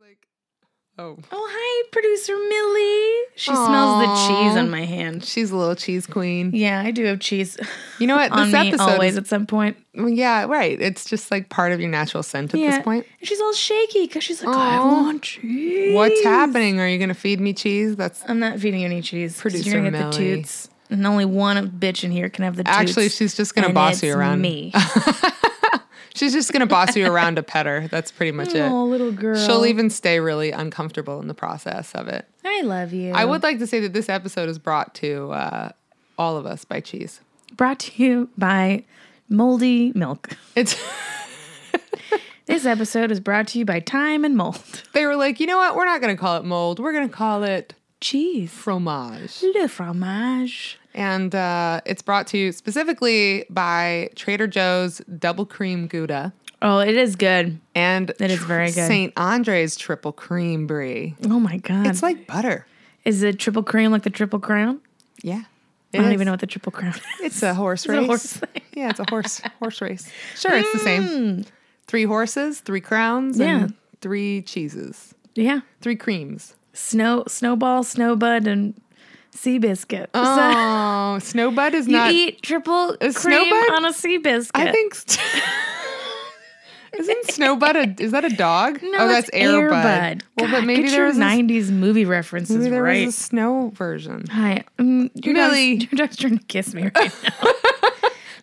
like, oh, Oh, hi, producer Millie. She smells the cheese on my hand. she's a little cheese queen. Yeah, I do have cheese You know what? on This me episode, always is- at some point. well, yeah, right. It's just like part of your natural scent at yeah. this point. And she's all shaky because she's like, I Aw. want cheese. What's happening? Are you gonna feed me cheese? That's I'm not feeding you any cheese. 'cause Producer You're gonna get Millie. the toots. And only one bitch in here can have the toots. actually she's just gonna and boss it's you around. Me. She's just gonna boss you around to pet her. That's pretty much it. oh, little girl. She'll even stay really uncomfortable in the process of it. I love you. I would like to say that this episode is brought to uh, all of us by cheese. Brought to you by Moldy Milk. It's This episode is brought to you by Time and Mold. they were like, you know what? We're not gonna call it mold. We're gonna call it Cheese. fromage. Le fromage. And uh, it's brought to you specifically by Trader Joe's Double Cream Gouda Oh, it is good. and It is very good. St. Andre's Triple Cream Brie. Oh my god. It's like butter. is it triple cream like the triple crown? Yeah. I don't even know what the triple crown is. It's a horse it a race. horse thing? yeah, it's a horse horse race. Sure, it's the same. Three horses, three crowns, Yeah. and three cheeses, yeah. three creams. Snow snowball, snowbud, and sea biscuit. Oh, Snowbud is you not. eat triple cream snowbud? on a sea biscuit. I think. st- Isn't Snowbud a? Is that a dog? no, oh, it's that's Airbud. Bud. Well, but God, maybe get there your was a s- 90s movie references maybe there right. was a snow version. Hi, um, your Millie. Dog's, your dog's trying to kiss me. Right now.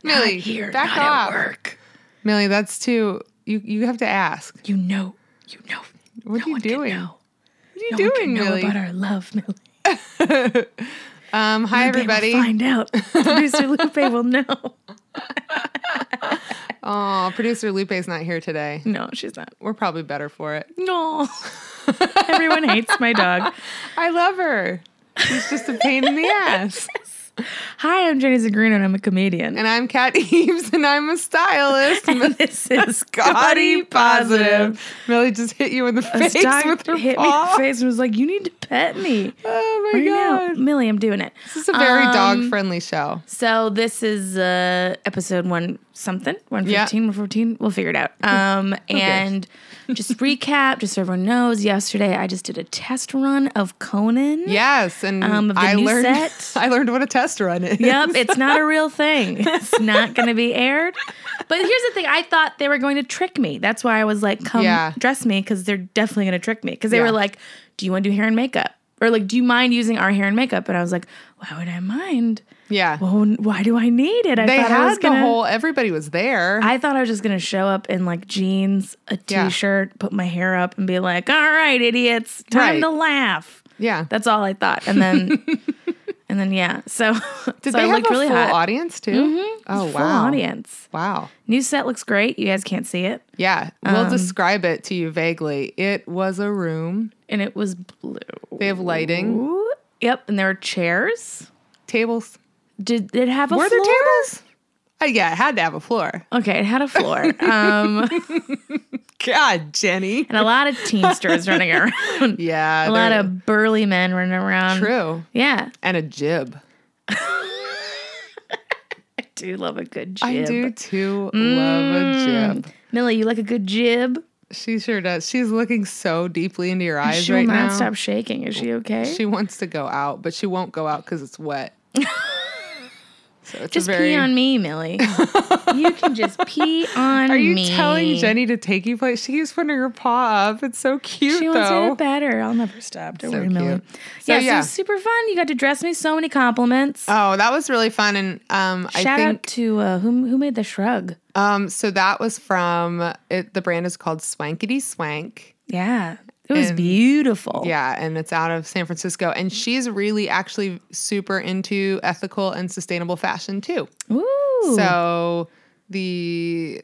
Millie, Not here, back not off. at work. Millie, that's too. You you have to ask. You know, you know. What no are you one can doing? know. What are you No one doing, can know Millie? about our love, Millie. um, hi Lupe will everybody. find out. Producer Lupe will know. Oh, producer Lupe's not here today. No, she's not. We're probably better for it. No. Everyone hates my dog. I love her. She's just a pain in the ass. Hi, I'm Jenny Zagrino, and I'm a comedian. And I'm Kat Eves, and I'm a stylist. And this is Body Scotty Positive. Millie just hit you in the This face dog with her hit me in paw. the face and was like, "You need to pet me." Oh my Right now, god! Millie, I'm doing it. This is a very Um, dog-friendly show. So this is uh, episode one something, one Yeah. Oh, fifteen, one fourteen. We'll figure it out. Um, and just recap, just so everyone knows, yesterday I just did a test run of Conan. Yes, and um, of the I new learned. set. I learned what a test run is. Yep, it's not a real thing. It's not going to be aired. But here's the thing: I thought they were going to trick me. That's why I was like, "Come Yeah. dress me," because they're definitely going to trick me. Because they Yeah. were like, "Do you want to do hair and makeup?" Or like, "Do you mind using our hair and makeup?" And I was like, "Why would I mind? Yeah. Well, n- why do I need it?" I they thought I was had the gonna- whole. Everybody was there. I thought I was just gonna show up in like jeans, a Yeah. t-shirt, put my hair up, and be like, "All right, idiots, time Right. to laugh." yeah. That's all I thought, and then, and then yeah. So Did so they I have looked a really full hot. Mm-hmm. audience too? Oh Full wow! audience. Wow. New set looks great. You guys can't see it. Yeah, we'll Um, describe it to you vaguely. It was a room. And it was blue. They have lighting, Ooh. Yep. And there were chairs. tables. Did it have a Were floor? there tables? Oh, yeah, it had to have a floor. Okay, it had a floor. Um, God, Jenny. and a lot of teamsters running around. Yeah, A lot there- of burly men running around. true Yeah. and a jib. I do love a good jib. Mm. I do too love a jib. Millie, you like a good jib? She sure does. She's looking so deeply into your eyes She will right not now. stop shaking. Is she okay? She wants to go out, but she won't go out because it's wet. so it's just a very. pee on me, Millie. you can just pee on me. Are you telling Jenny to take you place? She keeps putting her paw up. It's so cute She though. wants me to pet her. I'll never stop. Don't So worry, Millie. cute. So, yeah, so it yeah. was super fun. You got to dress me. So many compliments. Oh, that was really fun, and um, I Shout out think to uh, who who made the shrug. um, so that was from it, the brand is called Swankity Swank, Yeah, it was And- beautiful. yeah, and it's out of San Francisco, and she's really actually super into ethical and sustainable fashion too. Ooh. So the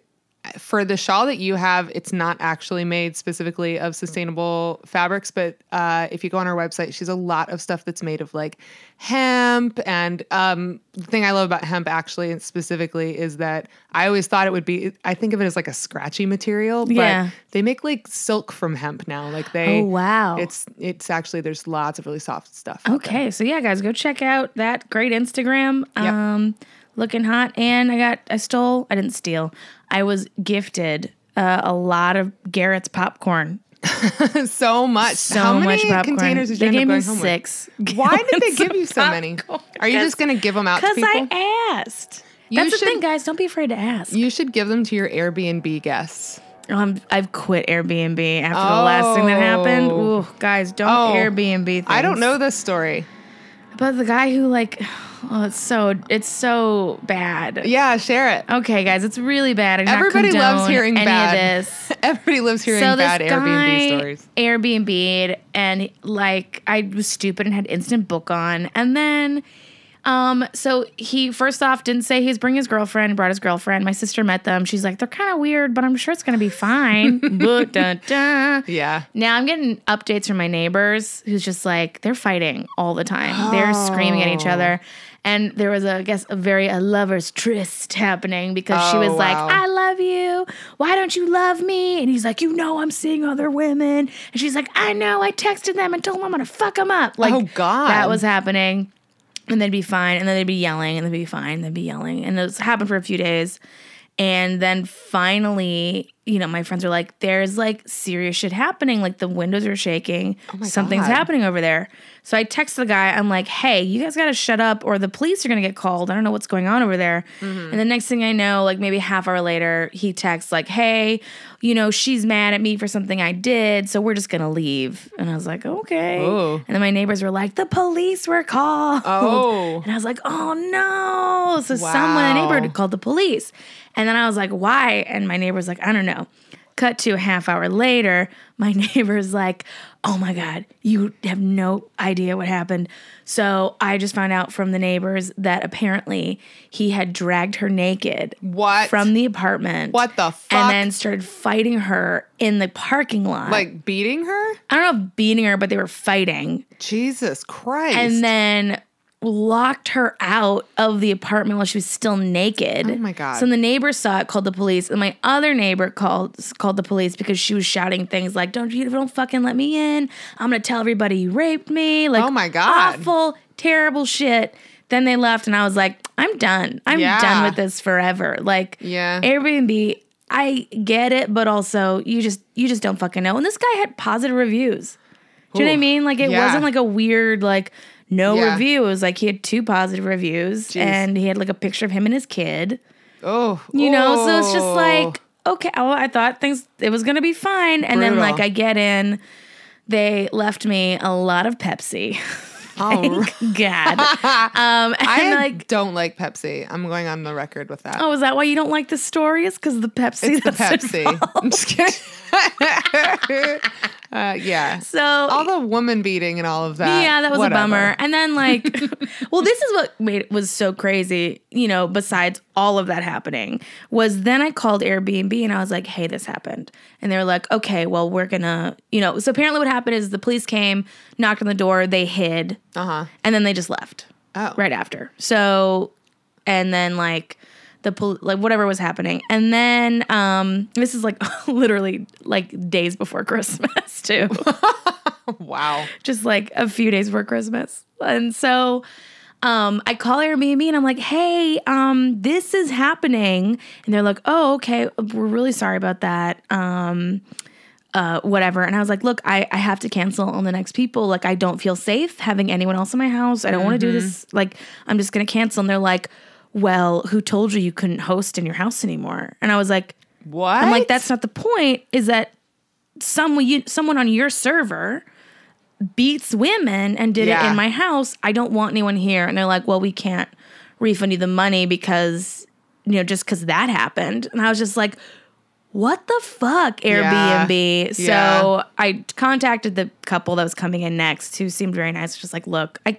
for the shawl that you have, it's not actually made specifically of sustainable fabrics, but uh, if you go on her website, she's a lot of stuff that's made of like hemp. And um, the thing I love about hemp actually and specifically is that I always thought it would be, I think of it as like a scratchy material, but Yeah. they make like silk from hemp now. Like they, oh wow. Oh, it's, it's actually, there's lots of really soft stuff. out there. okay. So yeah, guys, go check out that great Instagram. Um, looking hot, and I got I stole. I didn't steal. I was gifted uh, a lot of Garrett's popcorn so much. So How many much popcorn. containers did you they end up gave going me home with? six. Why did they give you so many? Are you just gonna give them out to Because people? I asked. You That's the should- thing, guys. Don't be afraid to ask. you should give them to your Airbnb guests. Um, I've quit Airbnb after the last thing that happened. Oh. Ooh, guys, don't Oh. Airbnb. Things. I don't know this story. But the guy who like, oh, it's so it's so bad. Yeah, share it. Okay, guys, it's really bad. I do not Everybody loves condone hearing any bad. of this. Everybody lives hearing so this bad guy Airbnb stories. Airbnb'd and like I was stupid and had instant book on, and then. Um, so he first off didn't say he's bringing his girlfriend, brought his girlfriend. My sister met them. She's like, they're kind of weird, but I'm sure it's gonna be fine. But dun, dun. Yeah. Now I'm getting updates from my neighbors who's just like they're fighting all the time. They're screaming at Oh. each other. And there was a I guess a very a lover's tryst happening because she Oh, was like, wow. I love you. Why don't you love me? And he's like, You know I'm seeing other women. And she's like, I know, I texted them and told them I'm gonna fuck them up. Like Oh, God. that was happening. And they'd be fine, and then they'd be yelling, and they'd be fine, they'd be yelling. And it's happened for a few days. And then finally, you know, my friends were like, there's like serious shit happening. Like the windows are shaking. Something's Oh God. happening over there. So I text the guy, I'm like, hey, you guys got to shut up or the police are going to get called. I don't know what's going on over there. Mm-hmm. And the next thing I know, like maybe half hour later, he texts, like, hey, you know, she's mad at me for something I did. So we're just going to leave. And I was like, okay. Ooh. And then my neighbors were like, the police were called. Oh. And I was like, oh no. So someone in the neighborhood Wow. called the police. And then I was like, why? And my neighbor's like, I don't know. Cut to a half hour later, my neighbor's like, oh my God, you have no idea what happened. So I just found out from the neighbors that apparently he had dragged her naked What? from the apartment. What the fuck? And then started fighting her in the parking lot. like beating her? I don't know if beating her, but they were fighting Jesus Christ. and then locked her out of the apartment while she was still naked. Oh my God. So the neighbor saw it, called the police, and my other neighbor called called the police because she was shouting things like "Don't you don't fucking let me in! I'm gonna tell everybody you raped me!" Like Oh my God. awful, terrible shit. Then they left, and I was like, "I'm done. I'm Yeah. done with this forever." Like, Yeah. Airbnb. I get it, but also you just you just don't fucking know. And this guy had positive reviews. Do you know what I Ooh. mean? Like it Yeah. wasn't like a weird like no Yeah. review. It was like he had two positive reviews and he had like a picture of him and his kid. oh, You know, so it's just oh. like okay, well, I thought things it was gonna be fine, and then Brutal. like I get in, they left me a lot of Pepsi. All right. God, um, and I like. don't like Pepsi. I'm going on the record with that. Oh, is that why you don't like the story? Is because the Pepsi? it's the that's Pepsi. involved. I'm just kidding. uh, yeah. So All the woman beating and all of that. Yeah, that was whatever. a bummer. And then like, well, this is what made it was so crazy. You know, besides all of that happening, was then I called Airbnb and I was like, "Hey, this happened," and they were like, "Okay, well, we're gonna," you know. So apparently, what happened is the police came, knocked on the door, they hid, Uh-huh. and then they just left Oh. right after. So, and then like the pol- like whatever was happening, and then um, this is like literally like days before Christmas too Wow. just like a few days before Christmas. And so um, I call Airbnb and I'm like, hey, um, this is happening. And they're like, oh, okay, we're really sorry about that. Um, uh, whatever. And I was like, look, I, I have to cancel on the next people. Like, I don't feel safe having anyone else in my house. I don't want to do this. Like, I'm just going to cancel. And they're like, well, who told you you couldn't host in your house anymore? And I was like, What? I'm like, that's not the point. Is that someone you, someone on your server beats women and did it Yeah. in my house. I don't want anyone here. And they're like, well, we can't refund you the money because you know just because that happened. And I was just like, what the fuck, Yeah. Airbnb? So Yeah. I contacted the couple that was coming in next, who seemed very nice. Just like, look, I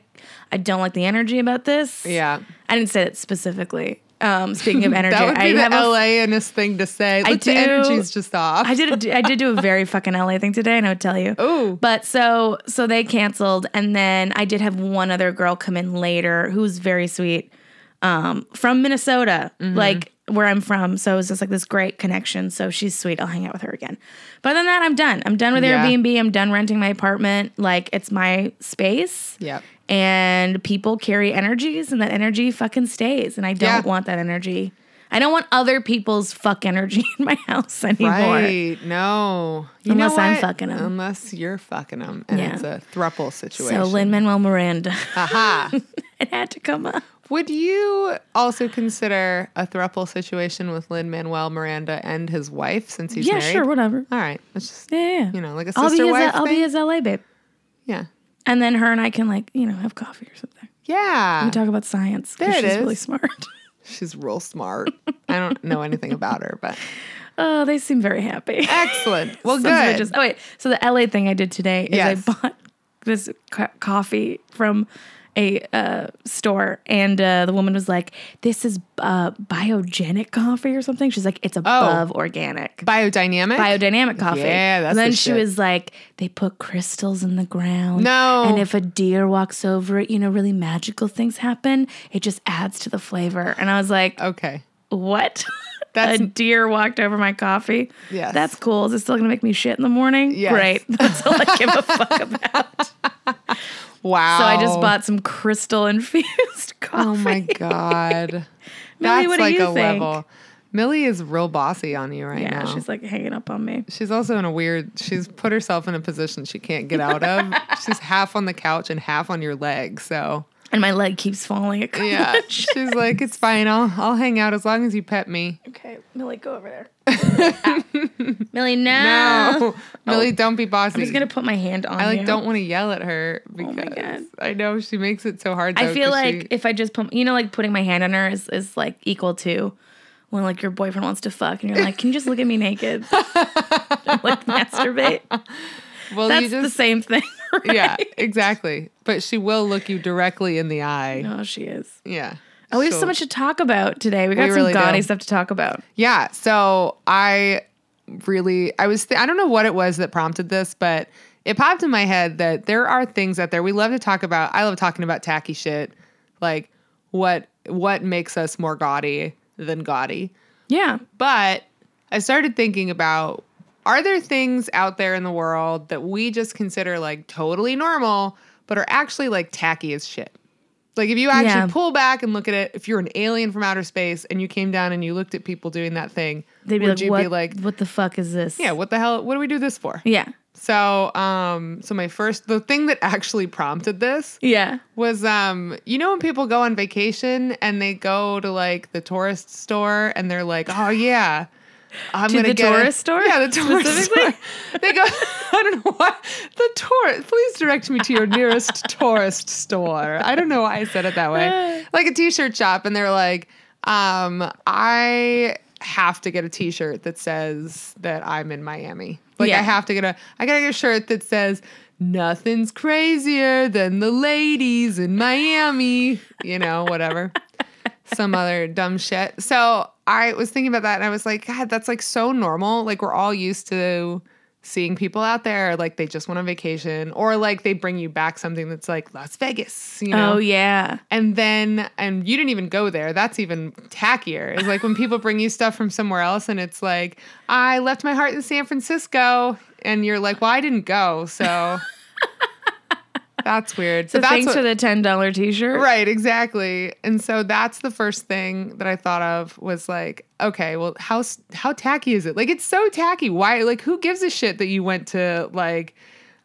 I don't like the energy about this. Yeah. I didn't say that specifically. Um, speaking of energy, That would I be have the a LA-inest thing to say. Like, do- the energy's just off. I did. A, I did do a very fucking LA thing today, and I would tell you. Ooh. But so so they canceled, and then I did have one other girl come in later who was very sweet, um, from Minnesota, Mm-hmm. like where I'm from. So it was just like this great connection. So she's sweet. I'll hang out with her again. But other than that, I'm done. I'm done with Yeah. Airbnb. I'm done renting my apartment. Like it's my space. Yep. And people carry energies, and that energy fucking stays. And I don't Yeah. want that energy I don't want other people's fuck energy in my house anymore. Right. No. You know Unless I'm what? fucking 'em. Unless you're fucking them. And Yeah. it's a thruple situation. Uh-huh. So Lin Manuel Miranda, Aha. it had to come up. Would you also consider a thruple situation with Lin Manuel Miranda and his wife since he's yeah, married? sure, whatever. All right. Let's just, Yeah, yeah. yeah. you know, like a I'll be sister his, uh, wife. I'll thing? be his LA babe, yeah. and then her and I can like you know have coffee or something. Yeah. We talk about science. 'cause There it she's Really is. smart. She's real smart. I don't know anything about her, but Oh, they seem very happy. excellent. Eh, Well, Sons of good. bitches. oh wait, so the LA thing I did today is Yes. I bought this co- coffee from a uh, store, and uh, the woman was like, "This is uh, biogenic coffee or something." She's like, Oh. "It's above organic." Biodynamic. Biodynamic coffee. Yeah, that's And then the she shit. was like, they put crystals in the ground. No. And if a deer walks over it, you know, really magical things happen. It just adds to the flavor. And I was like, okay. what? Oh. That's- a deer walked over my coffee. Yes. That's cool. Is it still gonna make me shit in the morning? Yes. Great. That's all I give a fuck about. Wow. So I just bought some crystal infused coffee. Oh my god. Millie, That's what do like you a think? level. Millie is real bossy on you right Yeah, now. she's like hanging up on me. She's also in a weird. She's put herself in a position she can't get out of. she's half on the couch and half on your leg. So And my leg keeps falling. a couple yeah, inches. she's like, it's fine. I'll I'll hang out as long as you pet me. Okay, Millie, go over there. Millie, no. No, Millie, don't be bossy. Oh. I'm just gonna put my hand on. I like you. don't want to yell at her Oh my because God. I know she makes it so hard. I though, feel 'cause like she- if I just put, you know, like putting my hand on her is is like equal to when like your boyfriend wants to fuck and you're like, can you just look at me naked, like masturbate? well, That's you the just same thing. right? yeah, exactly. But she will look you directly in the eye. No, Oh, she is. Yeah. Oh, we have so She'll- much to talk about today. We got We some really gaudy do. stuff to talk about. Yeah. So I really, I was, th- I don't know what it was that prompted this, but it popped in my head that there are things out there we love to talk about. I love talking about tacky shit, like what what makes us more gaudy than gaudy. Yeah, But I started thinking about are there things out there in the world that we just consider like totally normal, but are actually like tacky as shit? Like if you actually Yeah. pull back and look at it, if you're an alien from outer space and you came down and you looked at people doing that thing, they'd be would like, you what? be like, what the fuck is this? yeah, what the hell? What do we do this for? yeah, So, um, so my first, the thing that actually prompted this yeah. was um you know when people go on vacation and they go to like the tourist store and they're like oh yeah I'm To gonna the get a-" tourist store yeah the tourist specifically? store they go I don't know why the tourist please direct me to your nearest tourist store I don't know why I said it that way like a t-shirt shop and they're like um I have to get a t-shirt that says that I'm in Miami like Yeah. I have to get a I gotta get a shirt that says nothing's crazier than the ladies in Miami, you know, whatever. Some other dumb shit. So I was thinking about that and I was like, God, that's like so normal. Like we're all used to seeing people out there, like they just went on vacation, or like they bring you back something that's like Las Vegas, you know? Oh yeah. And then, and you didn't even go there. That's even tackier. It's like when people bring you stuff from somewhere else and it's like, I left my heart in San Francisco. And you're like, well, I didn't go. So that's weird. So But that's thanks what- for the ten dollar T-shirt. Right, exactly. And so that's the first thing that I thought of was like, okay, well, how s- how tacky is it? Like it's so tacky. Why like who gives a shit that you went to like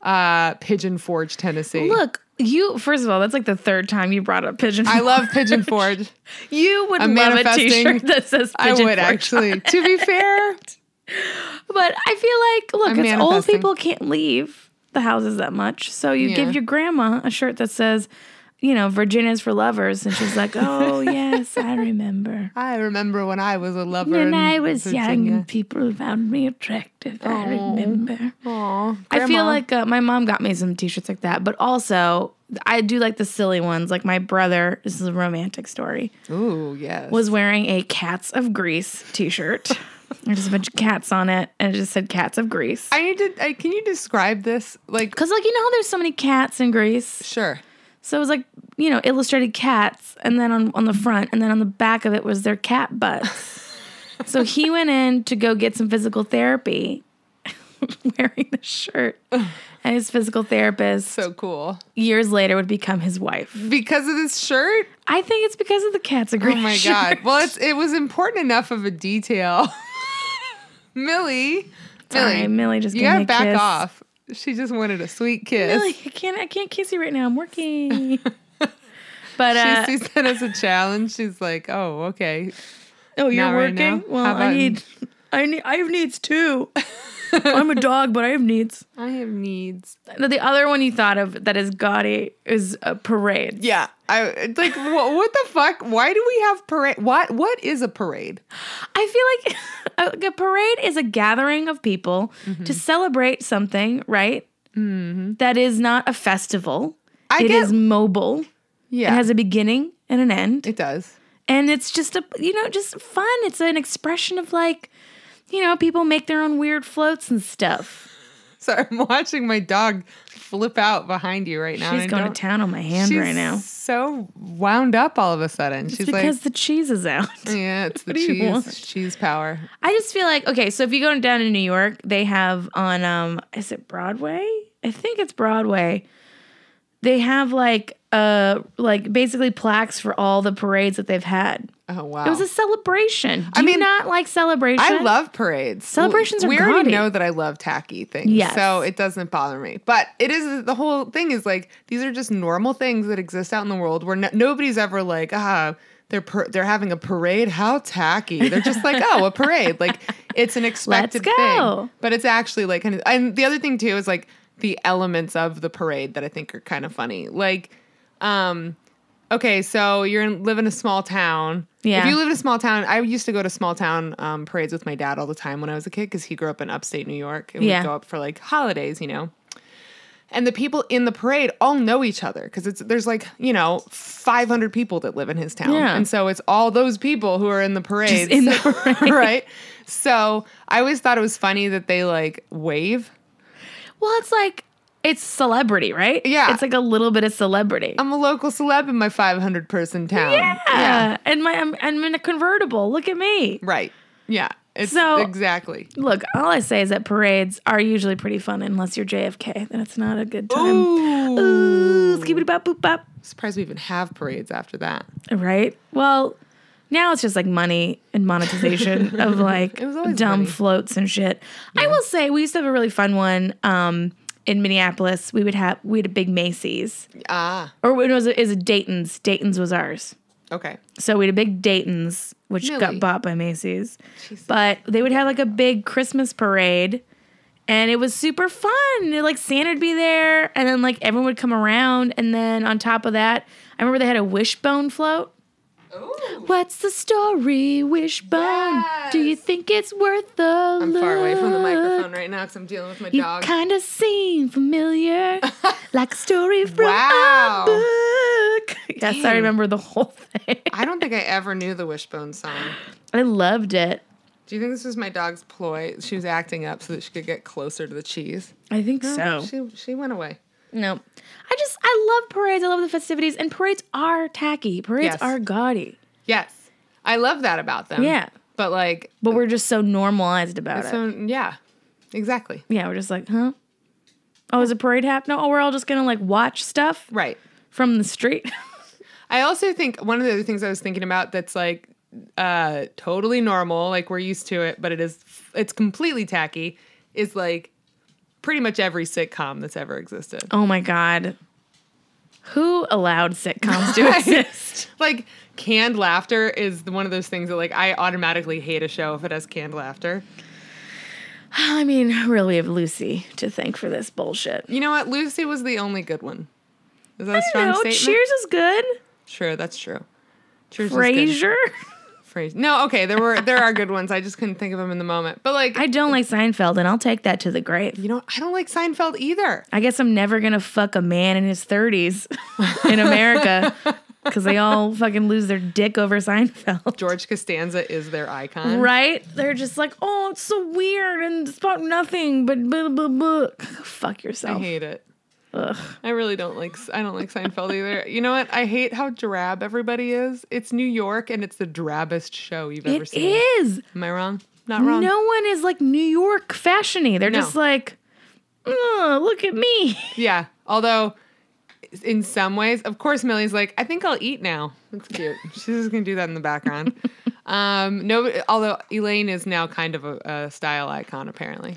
uh Pigeon Forge, Tennessee? Look, you first of all, that's like the third time you brought up pigeon. I love Pigeon Forge. You would I'm love a manifesting- T-shirt that says I pigeon would forge actually. on it. To be fair, but I feel like look, I'm it's old manifesting. people can't leave the houses that much, so you Yeah. give your grandma a shirt that says, you know, Virginia's for lovers, and she's like, oh yes, I remember. I remember when I was a lover. When in I was young Virginia. and people found me attractive, I Oh. remember. Aw, I feel grandma. like uh, my mom got me some t-shirts like that, but also I do like the silly ones. Like my brother, this is a romantic story. ooh yes. was wearing a Cats of Greece t-shirt. There's a bunch of cats on it, and it just said Cats of Greece. I need to. I, can you describe this? Like Cause like you know how there's so many cats in Greece, sure. so it was like you know illustrated cats, and then on on the front, and then on the back of it was their cat butts. so he went in to go get some physical therapy, wearing the shirt, and his physical therapist So cool. years later would become his wife. Because of this shirt? I think it's because of the cat's Oh agreement. my god. Well, it's, it was important enough of a detail. Millie, Sorry, Millie, Millie just you gave me gotta back a kiss. off. She just wanted a sweet kiss. Millie, I can't I can't kiss you right now. I'm working. but uh, she sees that as a challenge. She's like, "Oh, okay." oh, not you're right now? working? well, How I about- need I need I have needs too. I'm a dog, but I have needs. I have needs. The- The other one you thought of that is gaudy is a parade. Yeah, I it's like what, what the fuck? Why do we have parade? What what is a parade? I feel like a, a parade is a gathering of people to celebrate something, right? That is not a festival. I It is get- mobile. Yeah, It has a beginning and an end. it does. and it's just a you know just fun it's an expression of like you know people make their own weird floats and stuff So I'm watching my dog flip out behind you right now. she's and I going to don't- town on my hand she's right now So wound up all of a sudden. it's she's because like, the cheese is out yeah, it's the do you want? cheese cheese power. i just feel like okay so if you go down to new york they have on um is it broadway i think it's broadway they have like uh like basically plaques for all the parades that they've had Oh wow. it was a celebration do I you mean, not like celebration I love parades. Celebrations are We already gaudy. know that I love tacky things, Yes. so it doesn't bother me. But it is the whole thing is like these are just normal things that exist out in the world where no, nobody's ever like ah they're per- they're having a parade. How tacky! They're just like oh a parade. Like it's an expected go. thing, but it's actually like kind of. And the other thing too is like the elements of the parade that I think are kind of funny, like. um okay, so you're in, live in a small town. Yeah. If you live in a small town, I used to go to small town um, parades with my dad all the time when I was a kid because he grew up in upstate New York and Yeah. we'd go up for like holidays, you know. And the people in the parade all know each other because it's there's like you know 500 people that live in his town, Yeah. and so it's all those people who are in the parade, in the So- parade. right? So I always thought it was funny that they like wave. Well, it's like it's celebrity, right? Yeah. it's like a little bit of celebrity. I'm a local celeb in my 500 person town. yeah, and my I'm, I'm in a convertible. Look at me. Right. Yeah. It's So- exactly. Look, all I say is that parades are usually pretty fun unless you're JFK. Then it's not a good time. Ooh. Skibbity bop boop bop. Surprised we even have parades after that. Right. Well, now it's just like money and monetization of like It was always dumb money. floats and shit. I will say we used to have a really fun one. Um, in Minneapolis, we would have we had a big Macy's, Ah. or it was is it Dayton's. Dayton's was ours. Okay. So we had a big Dayton's, which Really? got bought by Macy's. But they would have like a big Christmas parade. And it was super fun. Like Santa'd be there, and then like everyone would come around. And then on top of that, I remember they had a wishbone float. Ooh. What's the story, wishbone? Do you Yes. think it's worth the I'm far away from the look? microphone right now because I'm dealing with my You dog. kind of seem familiar, like a story from Wow. a book. Yes, I Dang. remember the whole thing. I don't think I ever knew the Wishbone song. I loved it. Do you think this was my dog's ploy? She was acting up so that she could get closer to the cheese. I think so. She she went away. no. I just I love parades. I love the festivities and parades are tacky. Parades Yes. are gaudy. Yes. I love that about them. Yeah. But like But we're just so normalized about it. so yeah. Exactly. Yeah, we're just like, huh? Oh, is a parade happening? Oh, we're all just gonna like watch stuff Right. from the street. I also think one of the other things I was thinking about that's like uh totally normal, like we're used to it, but it is it's completely tacky is like pretty much every sitcom that's ever existed. oh my god. Who allowed sitcoms to exist? Like canned laughter is one of those things that like I automatically hate a show if it has canned laughter. I mean, really we have Lucy to thank for this bullshit. You know what? Lucy was the only good one. Is that a strong No, statement? Cheers is good. Sure, that's true. Cheers Frasier. Frasier. Frasier. No, okay, there were there are good ones. I just couldn't think of them in the moment. But like I don't like Seinfeld, and I'll take that to the grave. you know, I don't like Seinfeld either. I guess I'm never gonna fuck a man in his 30s in America because they all fucking lose their dick over Seinfeld. George Costanza is their icon. Right? They're just like, oh, it's so weird and it's about nothing, but blah, blah, blah. fuck I yourself. hate it. Ugh. I really don't like I don't like Seinfeld either. You know what? I hate how drab everybody is. It's New York and it's the drabbest show you've ever It seen. is. Am I wrong? Not wrong. No one is like New York fashiony. They're No. just like, "Oh, look at me. Yeah. Although, in some ways, of course, Millie's like, I think I'll eat now. That's cute. She's just gonna do that in the background. um, no, although Elaine is now kind of a, a style icon, apparently.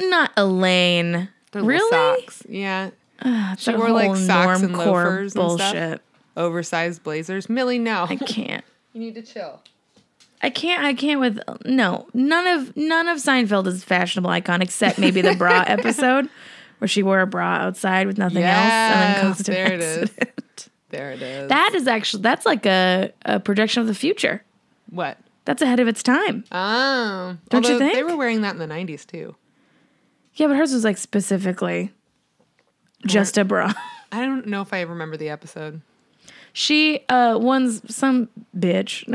Not Elaine. Their little really? Socks. Yeah. Ugh, She that wore like whole socks and normcore loafers and bullshit. stuff. Oversized blazers. Millie, no. I can't. You need to chill. I can't. I can't with no. None of none of Seinfeld is fashionable icon except maybe the bra episode where she wore a bra outside with nothing else and then Yes, caused an there it is. accident. There it is. That is actually that's like a, a projection of the future. what? That's ahead of its time. Oh. Don't you Although They think? were wearing that in the 90s too. Yeah, but hers was like specifically just a bra. I don't know if I remember the episode. She uh one's some bitch.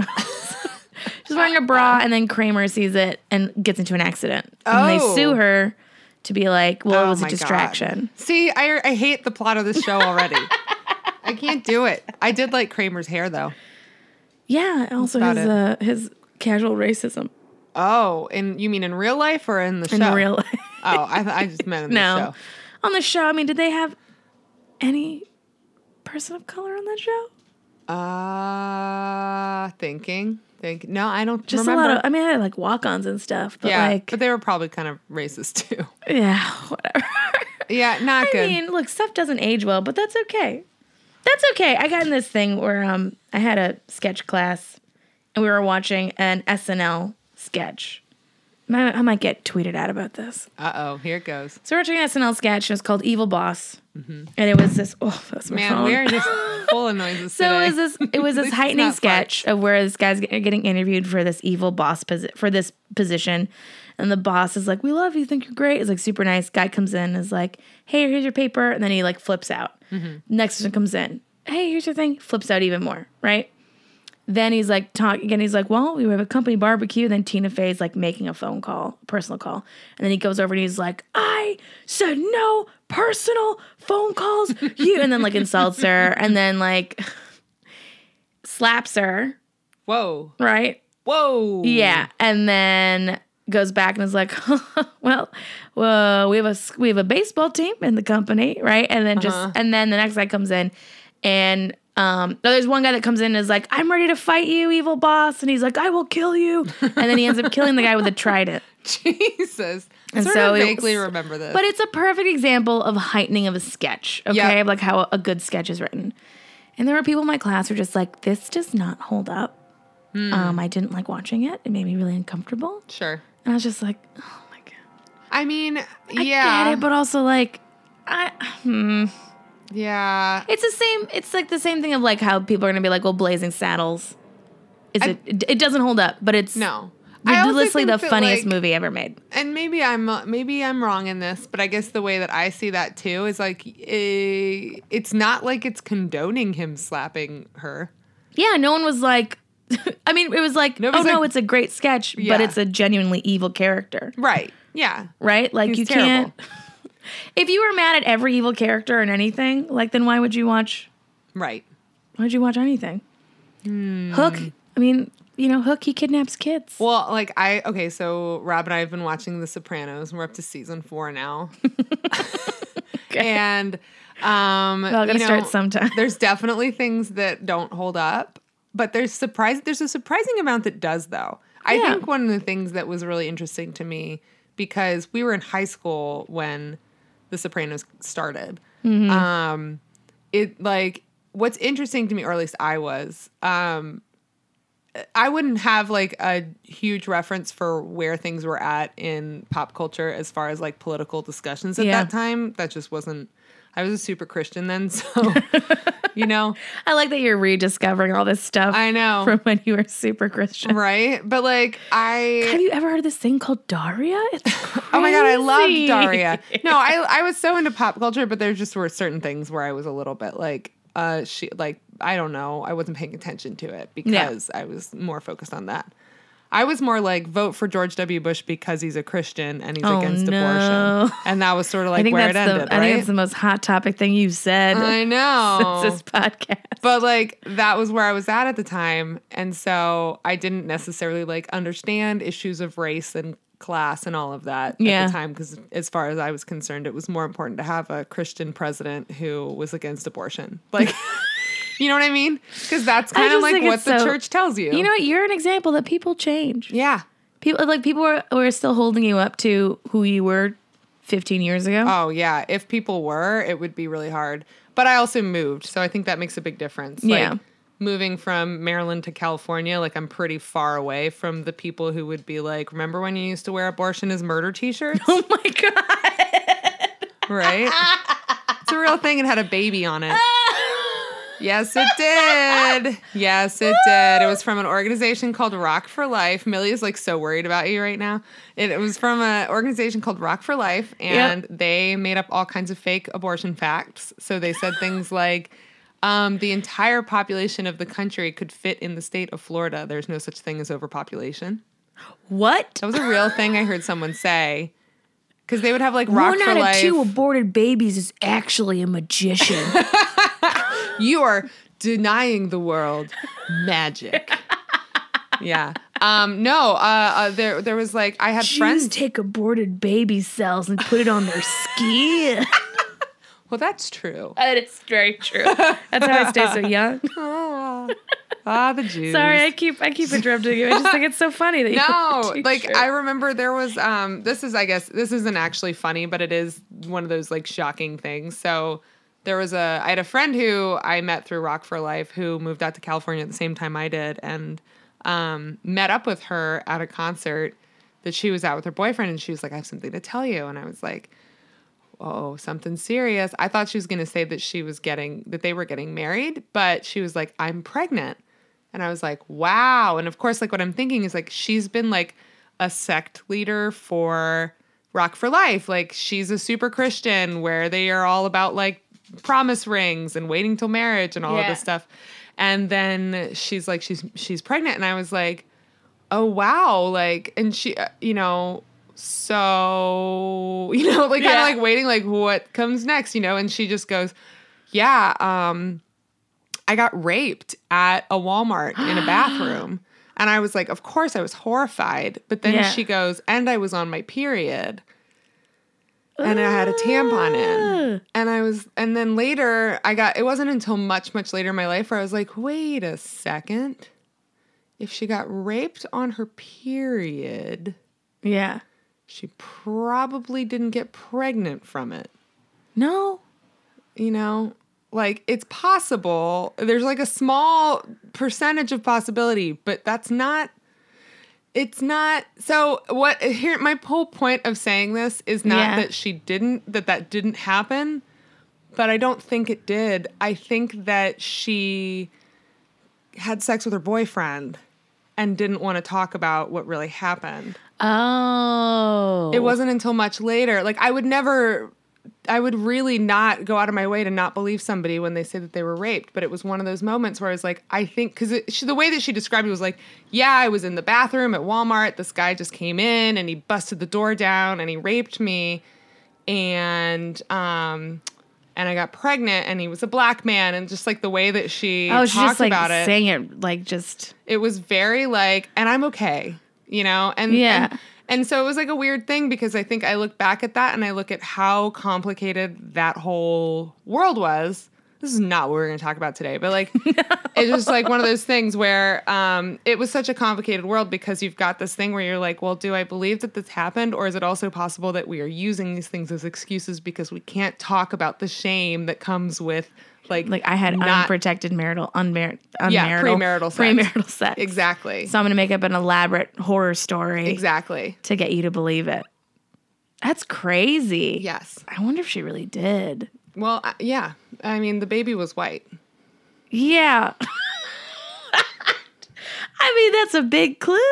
She's wearing a bra and then Kramer sees it and gets into an accident. And Oh. they sue her to be like, Oh well, it was my God. a distraction. See, I, I hate the plot of this show already. I can't do it. I did like Kramer's hair though. Yeah, and also about his it. uh his casual racism Oh, and you mean in real life or in the in show? real life. Oh, I, th- I just meant in the no. show. On the show, I mean, did they have any person of color on that show? Uh, thinking, think. No, I don't Just remember. a lot of I mean, I had like walk-ons and stuff, but yeah, like but they were probably kind of racist too. yeah, whatever. Yeah, not I good. mean, look, stuff doesn't age well, but that's okay. That's okay. I got in this thing where um I had a sketch class and we were watching an SNL sketch. I, I might get tweeted out about this. uh oh, here it goes. So we're watching an SNL sketch. It was called Evil Boss, and it was this. Oh, that's my Man, phone. we are just full of noises. So today. it was this it was It's this not heightening fun. sketch of where this guy's get- getting interviewed for this evil boss posi- for this position, and the boss is like, "We love you, think you're great." Is like super nice. Guy comes in, is like, "Hey, here's your paper," and then he like flips out. Mm-hmm. Next person comes in, "Hey, here's your thing," flips out even more, right? Then he's like talking again. He's like, "Well, we have a company barbecue." Then Tina Fey's like making a phone call, personal call, and then he goes over and he's like, "I said no personal phone calls." You and then like insults her, and then like slaps her, Whoa, right? whoa. Yeah, and then goes back and is like, "Well, well, we have a s- we have a baseball team in the company, right?" And then just and then the next guy comes in, and um, no, there's one guy that comes in and is like, "I'm ready to fight you, evil boss," and he's like, "I will kill you," and then he ends up killing the guy with a trident. Jesus. I And sort so of it was- vaguely remember this. But it's a perfect example of heightening of a sketch, okay? Yeah. Of like how a good sketch is written. And there were people in my class who were just like, this does not hold up. Hmm. Um, I didn't like watching it. It made me really uncomfortable. sure. And I was just like, oh my God. I mean, I yeah, get it, but also like, I, hmm. yeah. It's the same, it's like the same thing of like how people are going to be like, well, Blazing Saddles. Is I- it, it, it doesn't hold up, but it's No, I also ridiculously the think that, funniest like, movie ever made. And maybe I'm uh, maybe I'm wrong in this, but I guess the way that I see that too is like eh, it's not like it's condoning him slapping her. Yeah, no one was like. I mean, it was like, Nobody's oh no, like- it's a great sketch, Yeah. but it's a genuinely evil character, Right. Yeah. right? Like He's you can't. If you were mad at every evil character in anything, like then why would you watch? Right. Why would you watch anything? Hmm. Hook. I mean, you know, Hook. He kidnaps kids. Well, like I okay, so Rob and I have been watching The Sopranos and we're up to season 4 now. And um We're all gonna you know, start sometime. There's definitely things that don't hold up, but there's surprise there's a surprising amount that does though. I Yeah. think one of the things that was really interesting to me because we were in high school when The Sopranos started. Um it like what's interesting to me or at least I was um I wouldn't have like a huge reference for where things were at in pop culture as far as like political discussions at Yeah. that time. That just wasn't. I was a super Christian then, so you know, I like that you're rediscovering all this stuff. I know. from when you were super Christian. right? But like, I Have you ever heard of this thing called Daria? It's oh my god, I loved crazy. Daria. No, I I was so into pop culture, but there just were certain things where I was a little bit like, uh, she like I don't know, I wasn't paying attention to it because I was more focused on that. I was more like vote for George W. Bush because he's a Christian and he's Oh, against no. abortion, and that was sort of I like think where it that's the. ended, I think right? Uh-huh. that's the most hot topic thing you've said. I know. since this podcast. but like that was where I was at at the time, and so I didn't necessarily like understand issues of race and class and all of that at Yeah. the time because as far as I was concerned, it was more important to have a Christian president who was against abortion. Like you know what I mean? Because that's I kind of just like think what it's the so- church tells you. You know, what? you're an example that people change. Yeah. People like people were, were still holding you up to who you were 15 years ago. Oh yeah. If people were, it would be really hard. But I also moved, so I think that makes a big difference. Yeah. Like, moving from Maryland to California, like I'm pretty far away from the people who would be like, "Remember when you used to wear abortion is murder T-shirts?" oh my god. right? It's a real thing. It had a baby on it. Yes, it did. Yes, it did. It was from an organization called Rock for Life. Millie is like so worried about you right now. It, it was from an organization called Rock for Life, and they made up all kinds of fake abortion facts. So they said things like, um, the entire population of the country could fit in the state of Florida. There's no such thing as overpopulation. What? That was a real thing I heard someone say. Because they would have like Rock One for out Life. of two aborted babies is actually a magician. You are denying the world magic. yeah. Um, no, uh, uh, there there was like I had Jews friends. take aborted baby cells and put it on their skin. well, that's true. that is very true. That's how I stay so young. Ah, ah, the Jews. Sorry, I keep I keep interrupting you. I just think it's so funny that you no, like I remember there was um this is I guess this isn't actually funny, but it is one of those like shocking things. So there was a I had a friend who I met through Rock for Life who moved out to California at the same time I did and um met up with her at a concert that she was out with her boyfriend and she was like, I have something to tell you and I was like Oh, something serious. I thought she was going to say that she was getting, that they were getting married, but she was like, I'm pregnant. And I was like, wow. And of course, like what I'm thinking is like, she's been like a sect leader for Rock for Life. Like, she's a super Christian where they are all about like promise rings and waiting till marriage and all of Yeah. this stuff. And then she's like, she's, she's pregnant. And I was like, oh wow like and she uh, you know so you know like kind of Yeah. like waiting like what comes next you know and she just goes yeah um i got raped at a walmart in a bathroom and i was like of course i was horrified but then Yeah. she goes and i was on my period and I had a tampon in. And I was, and then later I got, it wasn't until much, much later in my life where I was like, wait a second. If she got raped on her period, Yeah. she probably didn't get pregnant from it. No. You know, like it's possible. There's like a small percentage of possibility, but that's not. It's not so. What here? My whole point of saying this is not Yeah. that she didn't. That that didn't happen. But I don't think it did. I think that she had sex with her boyfriend and didn't want to talk about what really happened. Oh. It wasn't until much later. Like I would never I would really not go out of my way to not believe somebody when they say that they were raped, but it was one of those moments where I was like, I think cuz the way that she described it was like, yeah, I was in the bathroom at Walmart, this guy just came in and he busted the door down and he raped me and um and I got pregnant and he was a black man and just like the way that she Oh, talked she's just like about it saying it like just it was very like and i'm okay you know and Yeah. and, and so it was like a weird thing because i think i look back at that and i look at how complicated that whole world was this is not what we're going to talk about today but like it's just like one of those things where um, it was such a complicated world because you've got this thing where you're like well do i believe that this happened or is it also possible that we are using these things as excuses because we can't talk about the shame that comes with like like I had not- unprotected marital unmar- unmarital Yeah, premarital sex. premarital sex. exactly So I'm gonna make up an elaborate horror story exactly to get you to believe it. That's crazy. yes I wonder if she really did. Well, I- yeah. I mean, the baby was white. Yeah. I mean, that's a big clue.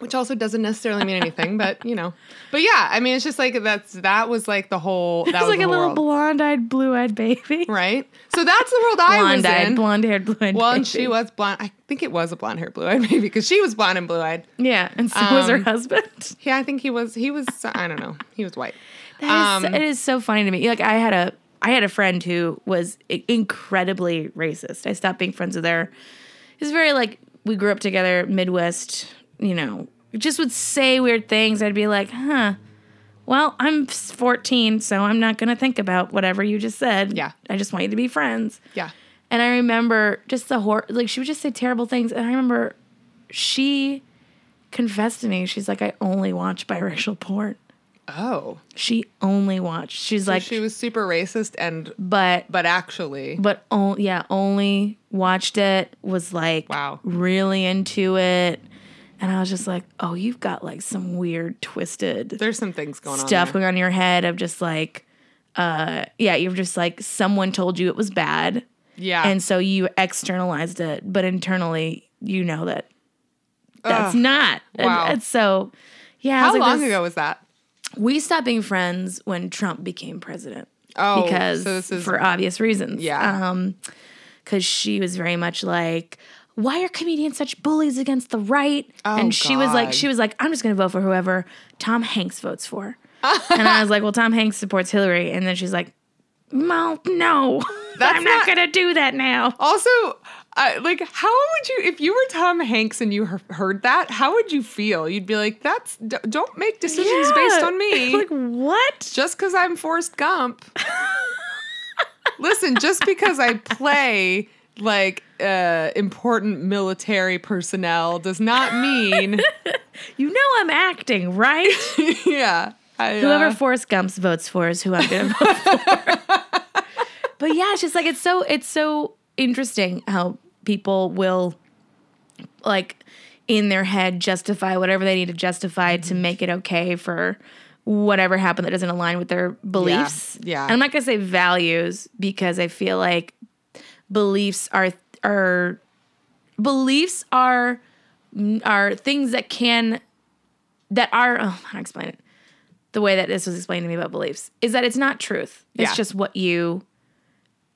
which also doesn't necessarily mean anything, but you know. But yeah, I mean, it's just like that's that was like the whole that It's was like the a little world, blonde-eyed, blue-eyed baby. right. So that's the world I was Blonde-eyed, in. blonde-haired, blue-eyed well, baby. and she was blonde. I think it was a blonde haired blue eyed baby because she was blonde and blue eyed. Yeah, and so was her Um, husband. Yeah, I think he was. He was. I don't know. He was white. That is, um, it is so funny to me. Like I had a I had a friend who was i- incredibly racist. I stopped being friends with her. It was very like we grew up together, Midwest, you know, just would say weird things. I'd be like, huh. Well, I'm 14, so I'm not going to think about whatever you just said. Yeah. I just want you to be friends. Yeah. And I remember just the hor like she would just say terrible things. And I remember she confessed to me, she's like, I only watch biracial porn. Oh. She only watched. She's like, she was super racist and but but actually but on, yeah, only watched it was like Wow. really into it. And I was just like, oh, you've got like some weird twisted there's some things going on. stuff there. going on in your head of just like uh yeah, you're just like someone told you it was bad Yeah. and so you externalized it, but internally you know that that's not. And- Wow. And, so yeah, I How was like, long this- ago was that? we stopped being friends when Trump became president Oh, because so this is for obvious reasons. Yeah. Um, because she was very much like, why are comedians such bullies against the right? Oh, and she was like, God. she was like, I'm just gonna vote for whoever Tom Hanks votes for. and I was like, well, Tom Hanks supports Hillary, and then she's like, no, no, That's I'm not, not- gonna do that now. also uh, like how would you if you were Tom Hanks and you he- heard that how would you feel? You'd be like that's d- don't make decisions based Yeah. on me. like what? just because I'm Forrest Gump. Listen, just because I play like uh, important military personnel does not mean, You know I'm acting, right? yeah. I, uh, Whoever Forrest Gump votes for is who I'm going to vote for. but yeah, it's just like it's so it's so interesting how people will like in their head justify whatever they need to justify Mm-hmm. to make it okay for whatever happened that doesn't align with their beliefs. yeah. And I'm not going to say values because I feel like beliefs are are beliefs are are things that can that are oh, how to explain it the way that this was explained to me about beliefs is that it's not truth it's Yeah. just what you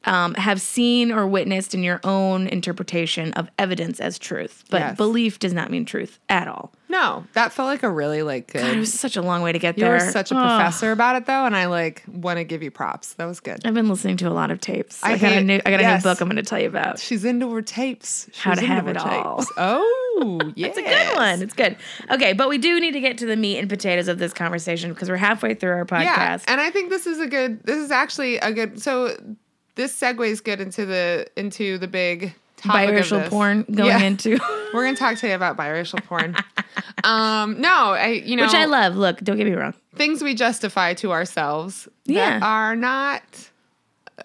um, have seen or witnessed in your own interpretation of evidence as truth but Yes. belief does not mean truth at all no, that felt like a really like good. God, it was such a long way to get you there were such a Ugh. professor about it though, and I like want to give you props. That was good. i've been listening to a lot of tapes i, I got a hate- new i got yes. a new book i'm going to tell you about She's into her tapes. She's How to into have her it all. Oh, yeah. It's a good one. It's good. Okay, but we do need to get to the meat and potatoes of this conversation because we're halfway through our podcast. and I think this is a good. This is actually a good. So this segues good into the into the big topic of Biracial this. porn going Yeah. into We're gonna talk today about biracial porn. um, no, I you know which I love. Look, don't get me wrong. things we justify to ourselves Yeah. that are not.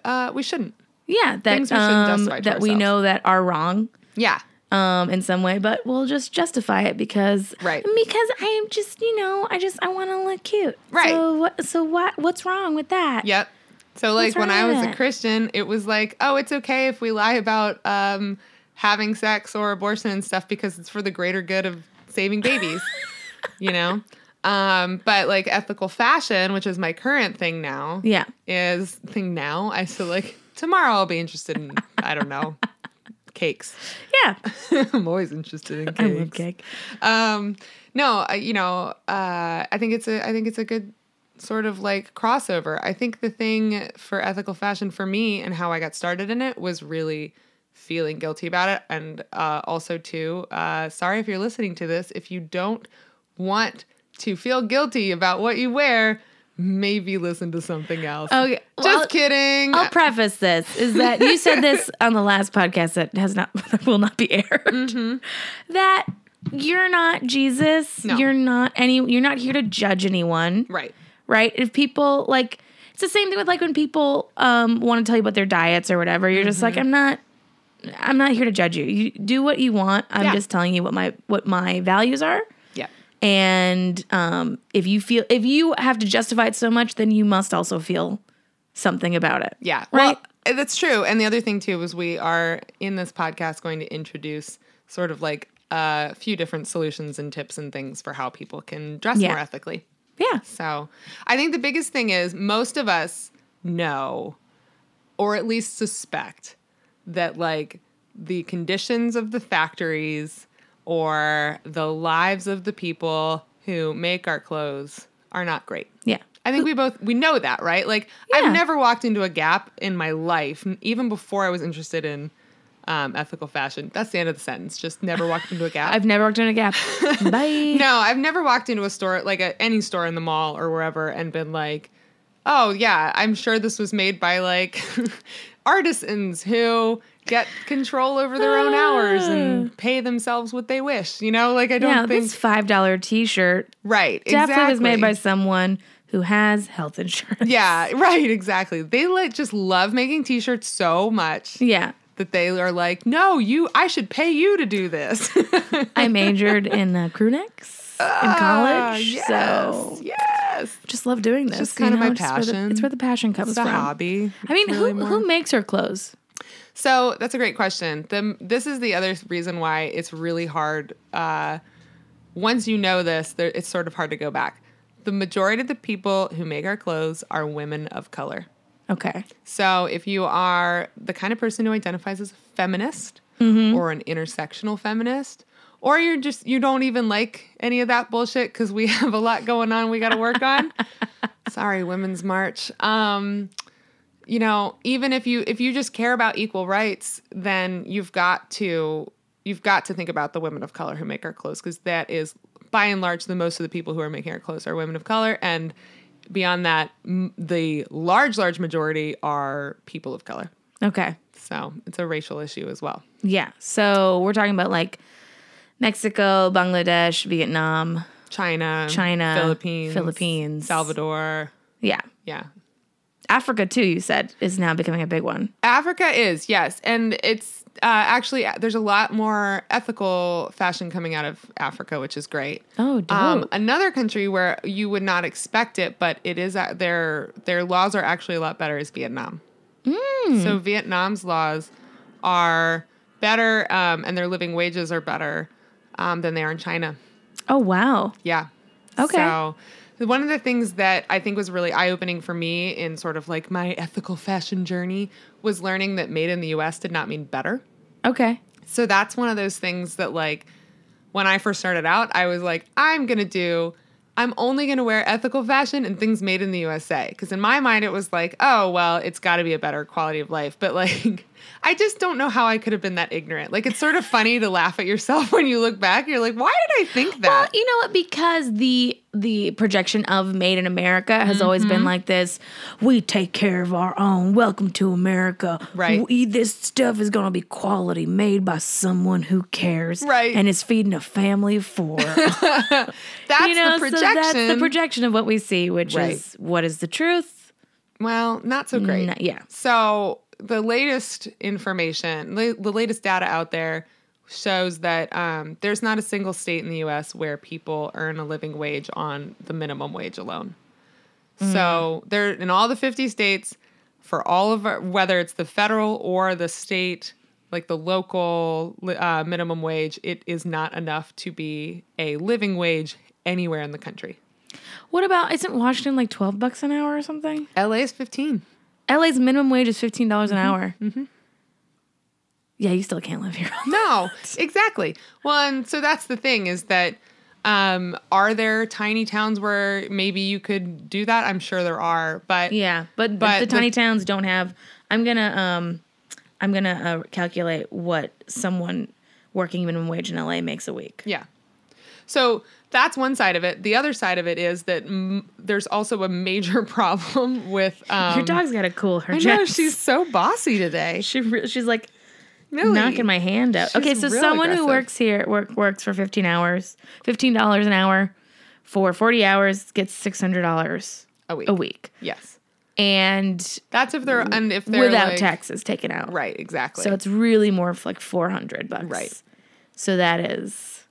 Uh, we shouldn't. Yeah, that Things we shouldn't um, justify to that we ourselves. know that are wrong Yeah, um, in some way, but we'll just justify it because Right. because I am just you know I just I want to look cute. Right. So what? So what? What's wrong with that? Yep. So like What's when I wrong was with a it? Christian, it was like, oh, it's okay if we lie about um, having sex or abortion and stuff because it's for the greater good of saving babies, you know. Um, but like ethical fashion, which is my current thing now, Yeah. is thing now. I still like tomorrow I'll be interested in I don't know cakes. Yeah. I'm always interested in cakes. I love cake. Um, no, I, you know, uh, I think it's a, I think it's a good sort of like crossover. I think the thing for ethical fashion for me and how I got started in it was really feeling guilty about it, and uh, also too, uh, sorry if you're listening to this, if you don't want to feel guilty about what you wear, maybe listen to something else. Okay. Just Well, kidding. I'll preface this is that you said this on the last podcast that has not that will not be aired. Mm-hmm. That you're not Jesus. No. You're not any. You're not here to judge anyone. right. right? If people like, it's the same thing with like when people um, want to tell you about their diets or whatever. You're just Mm-hmm. like, I'm not, I'm not here to judge you. You do what you want. I'm Yeah. just telling you what my what my values are. Yeah. And um, if you feel if you have to justify it so much, then you must also feel something about it. Yeah. Right? Well, uh, that's true. And the other thing too was we are in this podcast going to introduce sort of like uh, a few different solutions and tips and things for how people can dress Yeah. more ethically. Yeah. So, I think the biggest thing is most of us know or at least suspect that like the conditions of the factories or the lives of the people who make our clothes are not great. Yeah. I think we both we know that, right? Like Yeah. I've never walked into a gap in my life, n- even before I was interested in um, ethical fashion. That's the end of the sentence. Just never walked into a Gap. I've never worked in a Gap. Bye. no, I've never walked into a store like a, any store in the mall or wherever and been like, "Oh yeah, I'm sure this was made by like artisans who get control over their own hours and pay themselves what they wish." You know, like I don't Ah. Yeah, think this five dollar T-shirt right. definitely was made exactly. by someone who has health insurance. Yeah, right, exactly. They like just love making t-shirts so much yeah. that they are like, "No, you I should pay you to do this." I majored in uh, crew necks in college, Ah, yes, so yes. just love doing this. just you kind of know, my where the- passion. it's where the passion comes It's a from. hobby. I mean, Really who more- who makes her clothes? So that's a great question. The, this is the other reason why it's really hard. Uh, once you know this, there, it's sort of hard to go back. The majority of the people who make our clothes are women of color. Okay, So if you are the kind of person who identifies as a feminist or an intersectional feminist, or you're just you don't even like any of that bullshit because we have a lot going on we got to work on. Sorry, Women's March. Um, you know, even if you if you just care about equal rights, then you've got to you've got to think about the women of color who make our clothes because that is by and large the most of the people who are making our clothes are women of color and beyond that m- the large large majority are people of color. okay, So, it's a racial issue as well. yeah. So we're talking about like Mexico, Bangladesh, Vietnam. China, China, Philippines, Philippines. Salvador. Yeah, Yeah. Africa too. You said is now becoming a big one. Africa is, yes. And it's uh, actually, there's a lot more ethical fashion coming out of Africa, which is great. Oh, dope. Um, another country where you would not expect it, but it is uh, their their laws are actually a lot better is Vietnam. So Vietnam's laws are better, um, and their living wages are better um, than they are in China. oh wow. Yeah. Okay. So one of the things that I think was really eye opening for me in sort of like my ethical fashion journey was learning that made in the US did not mean better. Okay. So that's one of those things that like when I first started out, I was like, I'm gonna do I'm only gonna wear ethical fashion and things made in the USA. Cause in my mind it was like, oh well, it's gotta be a better quality of life. But like I just don't know how I could have been that ignorant. Like it's sort of funny to laugh at yourself when you look back. You're like, why did I think that? Well, you know what? Because the the projection of Made in America has always Mm-hmm. been like this: we take care of our own. Welcome to America. Right. We, this stuff is gonna be quality, made by someone who cares. Right. And it's feeding a family of four. you that's know, the so projection. that's the projection of what we see, which Right. is what is the truth. Well, not so great. N- yeah. So the latest information, la- the latest data out there shows that um, there's not a single state in the U.S. where people earn a living wage on the minimum wage alone. So there, in all the 50 states, for all of our, whether it's the federal or the state, like the local li- uh, minimum wage, it is not enough to be a living wage anywhere in the country. What about isn't Washington like twelve bucks an hour or something? LA is 15. LA's minimum wage is fifteen dollars Mm-hmm. an hour. Yeah, you still can't live here. No, exactly. Well, and so that's the thing is that um, are there tiny towns where maybe you could do that? I'm sure there are, but Yeah, but, But but the the- tiny towns don't have. I'm gonna um, I'm gonna uh, calculate what someone working minimum wage in LA makes a week. yeah. So that's one side of it. The other side of it is that m- there's also a major problem with. Um, Your dog's gotta cool her. I know jets. she's so bossy today. she re- she's like Really. knocking my hand out. She's okay, so real someone aggressive. who works here work works for 15 hours, fifteen dollars an hour, for 40 hours gets six hundred dollars a week. a week, Yes, and that's if they're and if they're without like- taxes taken out. Right. Exactly. So it's really more of like four hundred bucks. Right. So that is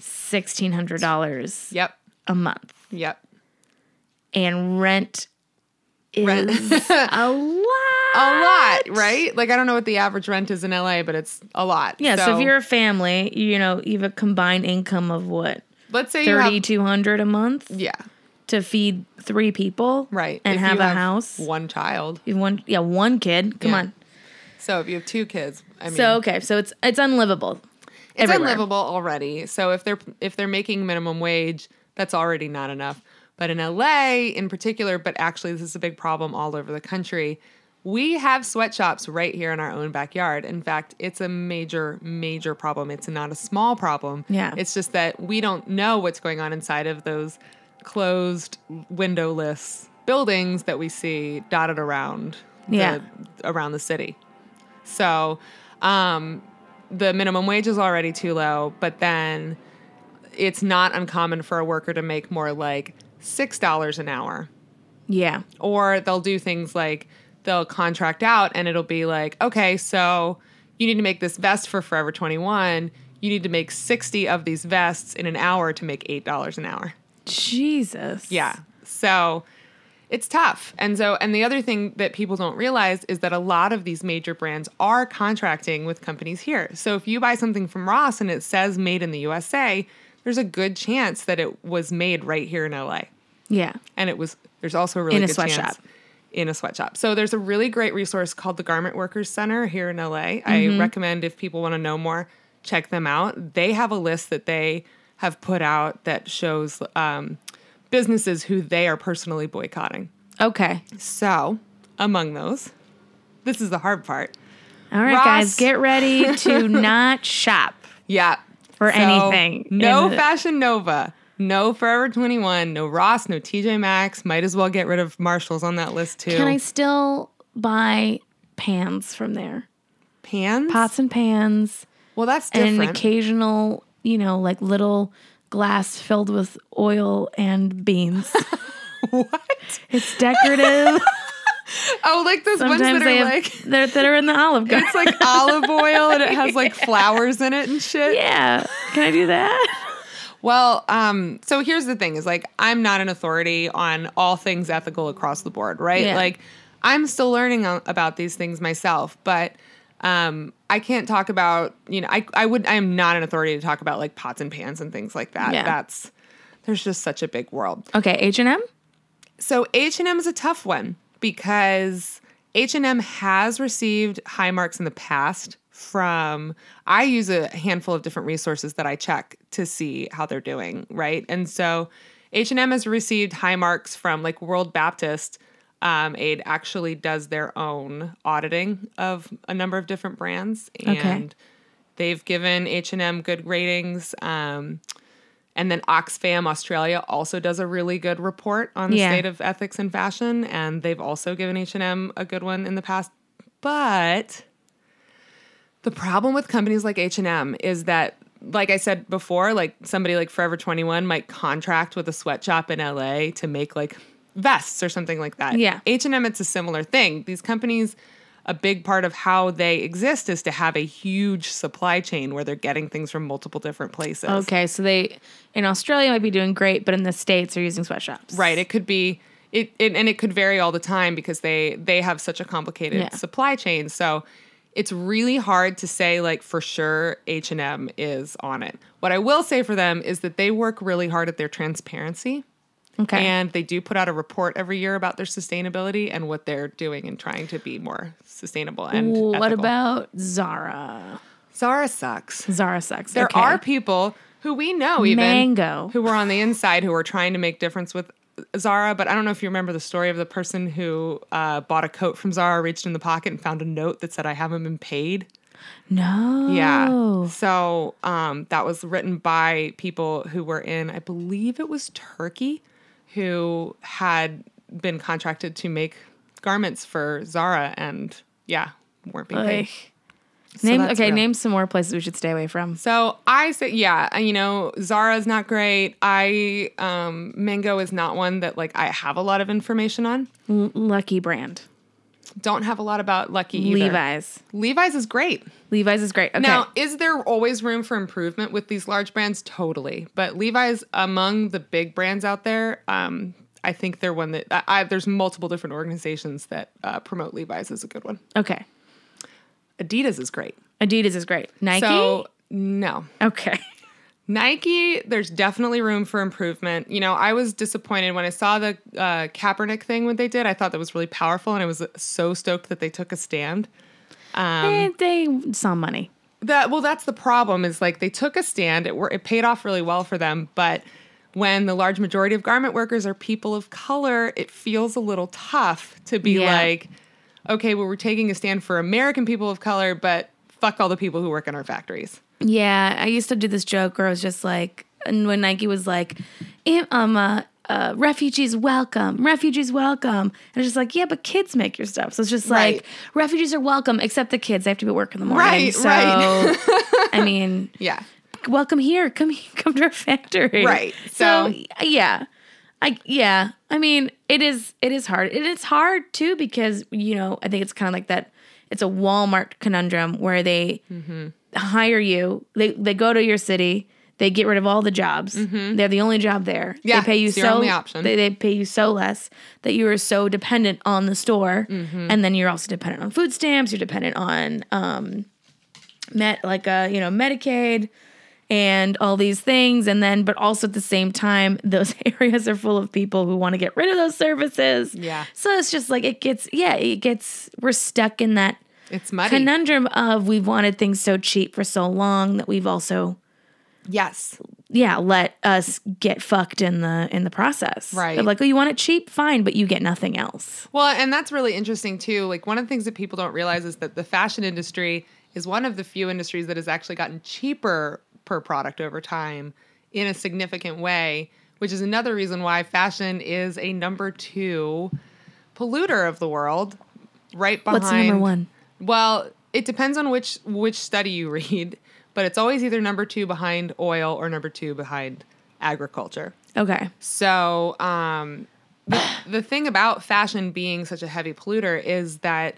sixteen hundred dollars Yep. a month. Yep. And rent is Rent. a lot. a lot, right? Like I don't know what the average rent is in LA, but it's a lot. Yeah, so, if you're a family, you know, you have a combined income of what? let's say you Thirty have, two hundred a month yeah, to feed three people. right, And If have you a house. one child. You have One yeah, one kid. Come Yeah. on. So if you have two kids, I mean, So okay, so it's it's unlivable. it's everywhere. unlivable already. So if they're if they're making minimum wage, that's already not enough. But in LA, in particular, but actually, this is a big problem all over the country. We have sweatshops right here in our own backyard. In fact, it's a major, major problem. It's not a small problem. Yeah. It's just that we don't know what's going on inside of those closed, windowless buildings that we see dotted around Yeah. the, around the city. So, um, the minimum wage is already too low, but then it's not uncommon for a worker to make more like $6 an hour Yeah. or they'll do things like they'll contract out and it'll be like okay so you need to make this vest for forever 21 you need to make 60 of these vests in an hour to make $8 an hour Jesus. yeah so it's tough and so and the other thing that people don't realize is that a lot of these major brands are contracting with companies here so if you buy something from ross and it says made in the usa there's a good chance that it was made right here in la Yeah. and it was there's also a really In a good sweatshop. chance in a sweatshop. So there's a really great resource called the Garment Workers Center here in LA. Mm-hmm. I recommend if people want to know more, check them out. They have a list that they have put out that shows um, businesses who they are personally boycotting. Okay. So among those, this is the hard part. All right, Ross. guys, get ready to not shop. Yeah. For anything No in the- Fashion Nova. No Forever 21, no Ross, no TJ Maxx. Might as well get rid of Marshalls on that list too. Can I still buy pans from there? Pans? Pots and pans Well, that's and different. occasional, you know, like little glass filled with oil and beans. what? It's decorative. Oh, like those ones Sometimes that are they have like they're, that are in the olive garden. it's like olive oil and it has like flowers in it and shit. yeah. Can I do that? Well, um, so here's the thing: is like I'm not an authority on all things ethical across the board, right? Yeah. Like I'm still learning o- about these things myself, but um, I can't talk about you know I I would I am not an authority to talk about like pots and pans and things like that. Yeah. That's there's just such a big world. Okay, H&M? So H&M is a tough one because H&M has received high marks in the past from I use a handful of different resources that I check to see how they're doing, right? And so H&M has received high marks from like World Baptist um, Aid actually does their own auditing of a number of different brands and Okay. they've given H&M good ratings um, and then Oxfam Australia also does a really good report on the Yeah. state of ethics in fashion, and they've also given H and M a good one in the past. But the problem with companies like H and M is that, like I said before, like somebody like Forever Twenty One might contract with a sweatshop in LA to make like vests or something like that. Yeah. H and M, it's a similar thing. These companies. A big part of how they exist is to have a huge supply chain where they're getting things from multiple different places. Okay, so they in Australia might be doing great, but in the states they're using sweatshops. Right. It could be it, it and it could vary all the time because they they have such a complicated Yeah. supply chain. So it's really hard to say like for sure H&M is on it. What I will say for them is that they work really hard at their transparency Okay. and they do put out a report every year about their sustainability and what they're doing and trying to be more sustainable and what ethical. about Zara? Zara sucks. Zara sucks. There okay. are people who we know even Mango. who were on the inside who were trying to make difference with Zara, but I don't know if you remember the story of the person who uh, bought a coat from Zara, reached in the pocket, and found a note that said, "I haven't been paid." No. Oh. Yeah. So um, that was written by people who were in, I believe it was Turkey, who had been contracted to make garments for Zara, and yeah, weren't being paid. Ugh. name that's okay. real. Name some more places we should stay away from. So I say, yeah, uh, you know, Zara's not great. I um, Mango is not one that like I have a lot of information on. L- Lucky brand. Don't have a lot about Lucky either. Levi's. Levi's is great. Levi's is great. Okay. Now, is there always room for improvement with these large brands? Totally. But Levi's among the big brands out there. Um, I think they're one that I, I, there's multiple different organizations that uh, promote Levi's is a good one. okay. Adidas is great. Adidas is great. Nike. So no. okay. Nike, there's definitely room for improvement. You know, I was disappointed when I saw the uh, Kaepernick thing when they did. I thought that was really powerful, and I was so stoked that they took a stand. And Eh, they saw money. That well, that's the problem is like they took a stand. It wor- it paid off really well for them, but when the large majority of garment workers are people of color, it feels a little tough to be Yeah. like, okay, well, we're taking a stand for American people of color, but fuck all the people who work in our factories. Yeah, I used to do this joke where I was just like, and when Nike was like, "Im- um, uh, uh, refugees welcome, refugees welcome. And it's just like, yeah, but kids make your stuff. So it's just like, Right. refugees are welcome, except the kids. They have to be at work in the morning. Right, so, right. I mean, Yeah. welcome here. Come come to our factory. Right. So, So- yeah. I yeah. I mean, it is it is hard. And it's hard too because, you know, I think it's kind of like that it's a Walmart conundrum where they Mm-hmm. hire you. They they go to your city. They get rid of all the jobs. They're the only job there. Mm-hmm. Yeah, they pay you it's so your only option. They, they pay you so less that you are so dependent on the store, Mm-hmm. and then you're also dependent on food stamps. You're dependent on um, met like a you know Medicaid and all these things and then but also at the same time those areas are full of people who want to get rid of those services Yeah. so it's just like it gets yeah it gets we're stuck in that It's muddy. conundrum of we've wanted things so cheap for so long that we've also yes. yeah let us get fucked in the in the process Right. Of like oh you want it cheap fine but you get nothing else Well, and that's really interesting too. Like one of the things that people don't realize is that the fashion industry is one of the few industries that has actually gotten cheaper per product over time in a significant way, which is another reason why fashion is a number 2 polluter of the world, right behind what's the number one Well, it depends on which which study you read, but it's always either number 2 behind oil or number 2 behind agriculture. okay So, um, the, the thing about fashion being such a heavy polluter is that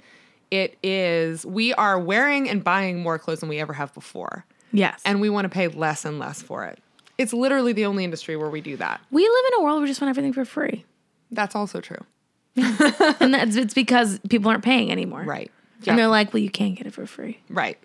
it is, we are wearing and buying more clothes than we ever have before, yes and and we want to pay less and less for it. It's literally the only industry where we do that. we live in a world where we just want everything for free That's also true. and that's it's because people aren't paying anymore Right. and Yeah. they're like well you can't get it for free Right.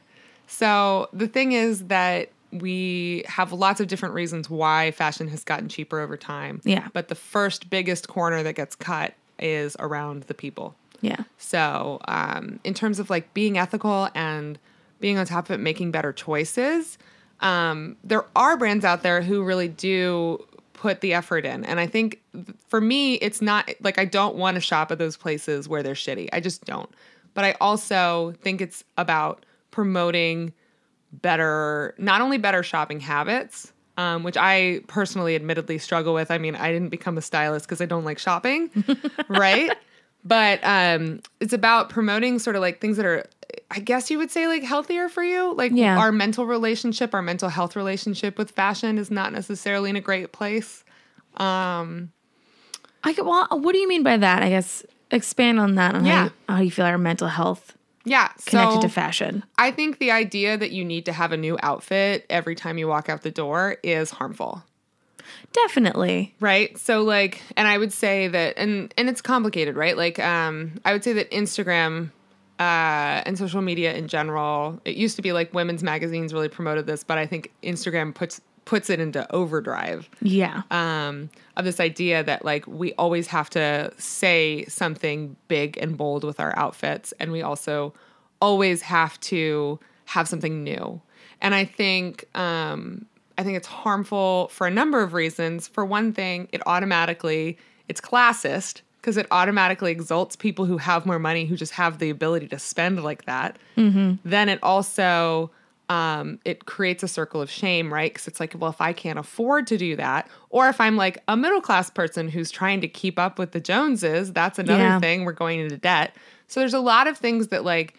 So the thing is that we have lots of different reasons why fashion has gotten cheaper over time. Yeah. But the first biggest corner that gets cut is around the people. yeah So, um, in terms of like being ethical and being on top of it, making better choices, um, there are brands out there who really do put the effort in. And I think th- for me, it's not like I don't want to shop at those places where they're shitty. I just don't. But I also think it's about promoting better, not only better shopping habits, um, which I personally admittedly struggle with. I mean, I didn't become a stylist because I don't like shopping, right? But um, it's about promoting sort of like things that are, I guess you would say, like healthier for you. Like Yeah. our mental relationship, our mental health relationship with fashion is not necessarily in a great place. I could, well, what do you mean by that? I guess expand on that on how, Yeah. you, how you feel our mental health Yeah. connected so, to fashion. I think the idea that you need to have a new outfit every time you walk out the door is harmful. Definitely. right so like and i would say that and and it's complicated right like um i would say that instagram uh and social media in general it used to be like women's magazines really promoted this but i think instagram puts puts it into overdrive Yeah. um of this idea that like we always have to say something big and bold with our outfits and we also always have to have something new and i think um i think it's harmful for a number of reasons for one thing it automatically it's classist because it automatically exalts people who have more money who just have the ability to spend like that then it also um, it creates a circle of shame, right? Because it's like, well, if I can't afford to do that, or if I'm like a middle class person who's trying to keep up with the Joneses, that's another Yeah. thing. We're going into debt. So there's a lot of things that like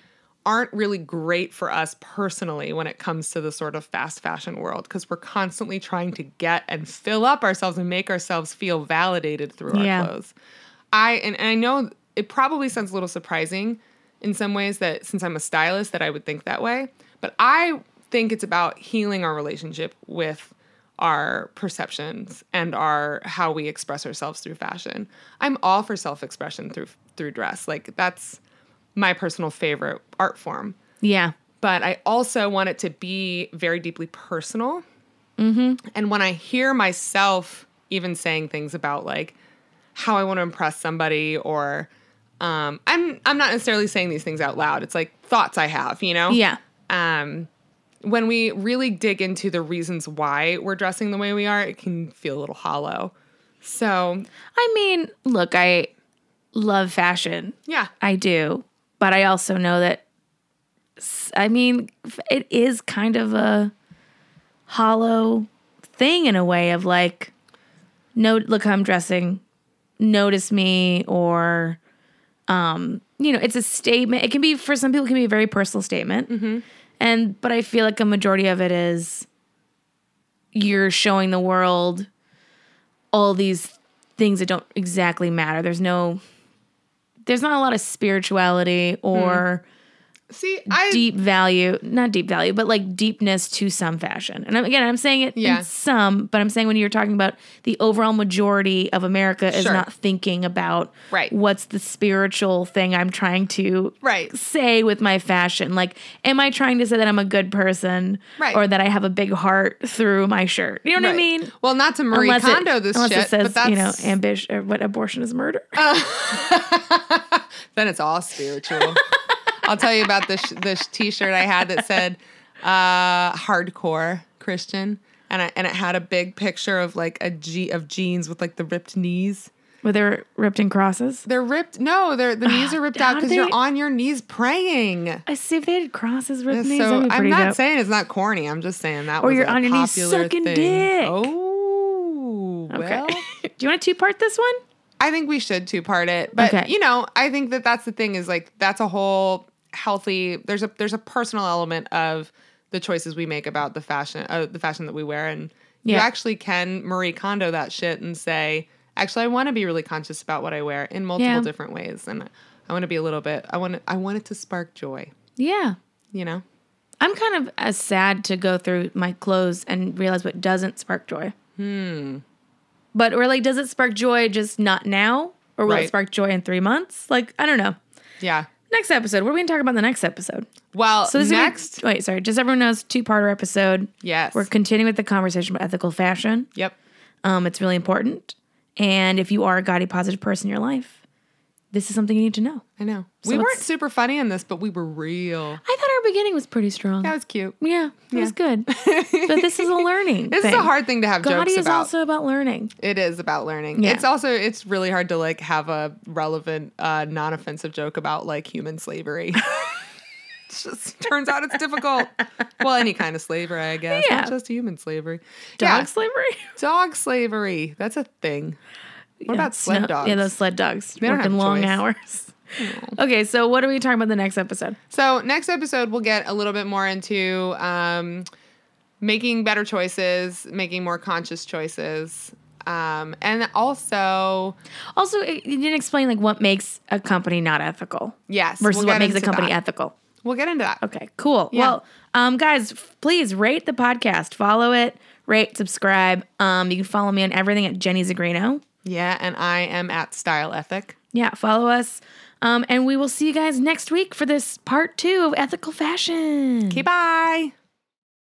aren't really great for us personally when it comes to the sort of fast fashion world because we're constantly trying to get and fill up ourselves and make ourselves feel validated through our Yeah. clothes. I and, and I know it probably sounds a little surprising in some ways that since I'm a stylist that I would think that way, but I think it's about healing our relationship with our perceptions and our how we express ourselves through fashion. I'm all for self-expression through through dress. Like that's my personal favorite art form yeah. but I also want it to be very deeply personal. Mm-hmm. And when I hear myself even saying things about like how I want to impress somebody, or um, I'm I'm not necessarily saying these things out loud. It's like thoughts I have, you know. Yeah. Um, when we really dig into the reasons why we're dressing the way we are, it can feel a little hollow. So I mean, look, I love fashion. yeah, I do. But I also know that, I mean, it is kind of a hollow thing in a way of like, no, look how I'm dressing, notice me, or, um, you know, it's a statement. It can be for some people, it can be a very personal statement, and but I feel like a majority of it is you're showing the world all these things that don't exactly matter. There's no, there's not a lot of spirituality or Hmm. See, I deep value, not deep value, but like deepness to some fashion. And I'm- again, I'm saying it Yeah. in some, but I'm saying when you're talking about the overall majority of America is Sure. not thinking about Right. what's the spiritual thing I'm trying to right. say with my fashion. Like, am I trying to say that I'm a good person Right. or that I have a big heart through my shirt? You know what I Right. mean? Well, not to Marie unless Kondo it, this unless shit, it says, but that's Uh, you know, ambition or what abortion is murder. then it's all spiritual. I'll tell you about this this T-shirt I had that said uh, "hardcore Christian," and I, and it had a big picture of like a G of jeans with like the ripped knees. Where they're ripped in crosses. They're ripped. No, they're the knees are ripped How out do because you're they- on your knees praying. I see if they had crosses ripped knees. so that'd be I'm pretty not dope. saying it's not corny. I'm just saying that. Or was you're a on your knees popular sucking thing. dick. Oh, Okay. well. Do you want to two part this one? I think we should two part it, but Okay. you know, I think that that's the thing is like that's a whole healthy. There's a there's a personal element of the choices we make about the fashion, uh, the fashion that we wear, and you Yeah. actually can Marie Kondo that shit and say, actually, I want to be really conscious about what I wear in multiple Yeah. different ways, and I want to be a little bit. I want I want it to spark joy, Yeah. you know. I'm kind of as sad to go through my clothes and realize what doesn't spark joy. Hmm. But or like, does it spark joy just not now, or will Right. it spark joy in three months? Like, I don't know. Yeah. Next episode, what are we gonna talk about in the next episode? Well, So this is gonna be- next, wait, sorry, just so everyone knows, two parter episode. yes. We're continuing with the conversation about ethical fashion. yep. Um, it's really important. And if you are a gaudy positive person in your life, this is something you need to know. I know. So we it's- weren't super funny in this, but we were real. I thought our beginning was pretty strong. That was cute. Yeah, it was good. but this is a learning. This thing. is a hard thing to have Gaudy jokes is about. also about learning. It is about learning. Yeah. It's also it's really hard to like have a relevant, uh, non-offensive joke about like human slavery. it just turns out it's difficult. Well, any kind of slavery, I guess, Yeah. not just human slavery. Dog yeah, slavery. dog slavery. That's a thing. What about sled dogs? Yeah, those sled dogs don't working have long choice. hours. Okay, so what are we talking about the next episode? So next episode, we'll get a little bit more into um, making better choices, making more conscious choices, um, and also Also, it- you didn't explain like what makes a company not ethical yes, versus we'll what get makes a into company that. ethical. We'll get into that. Okay, cool. Yeah. Well, um, guys, f- please rate the podcast, follow it, rate, subscribe. Um, you can follow me on everything at Jenny Zagrino. Yeah, and I am at Style Ethic. Yeah, follow us. Um, and we will see you guys next week for this part two of ethical fashion. Okay, bye.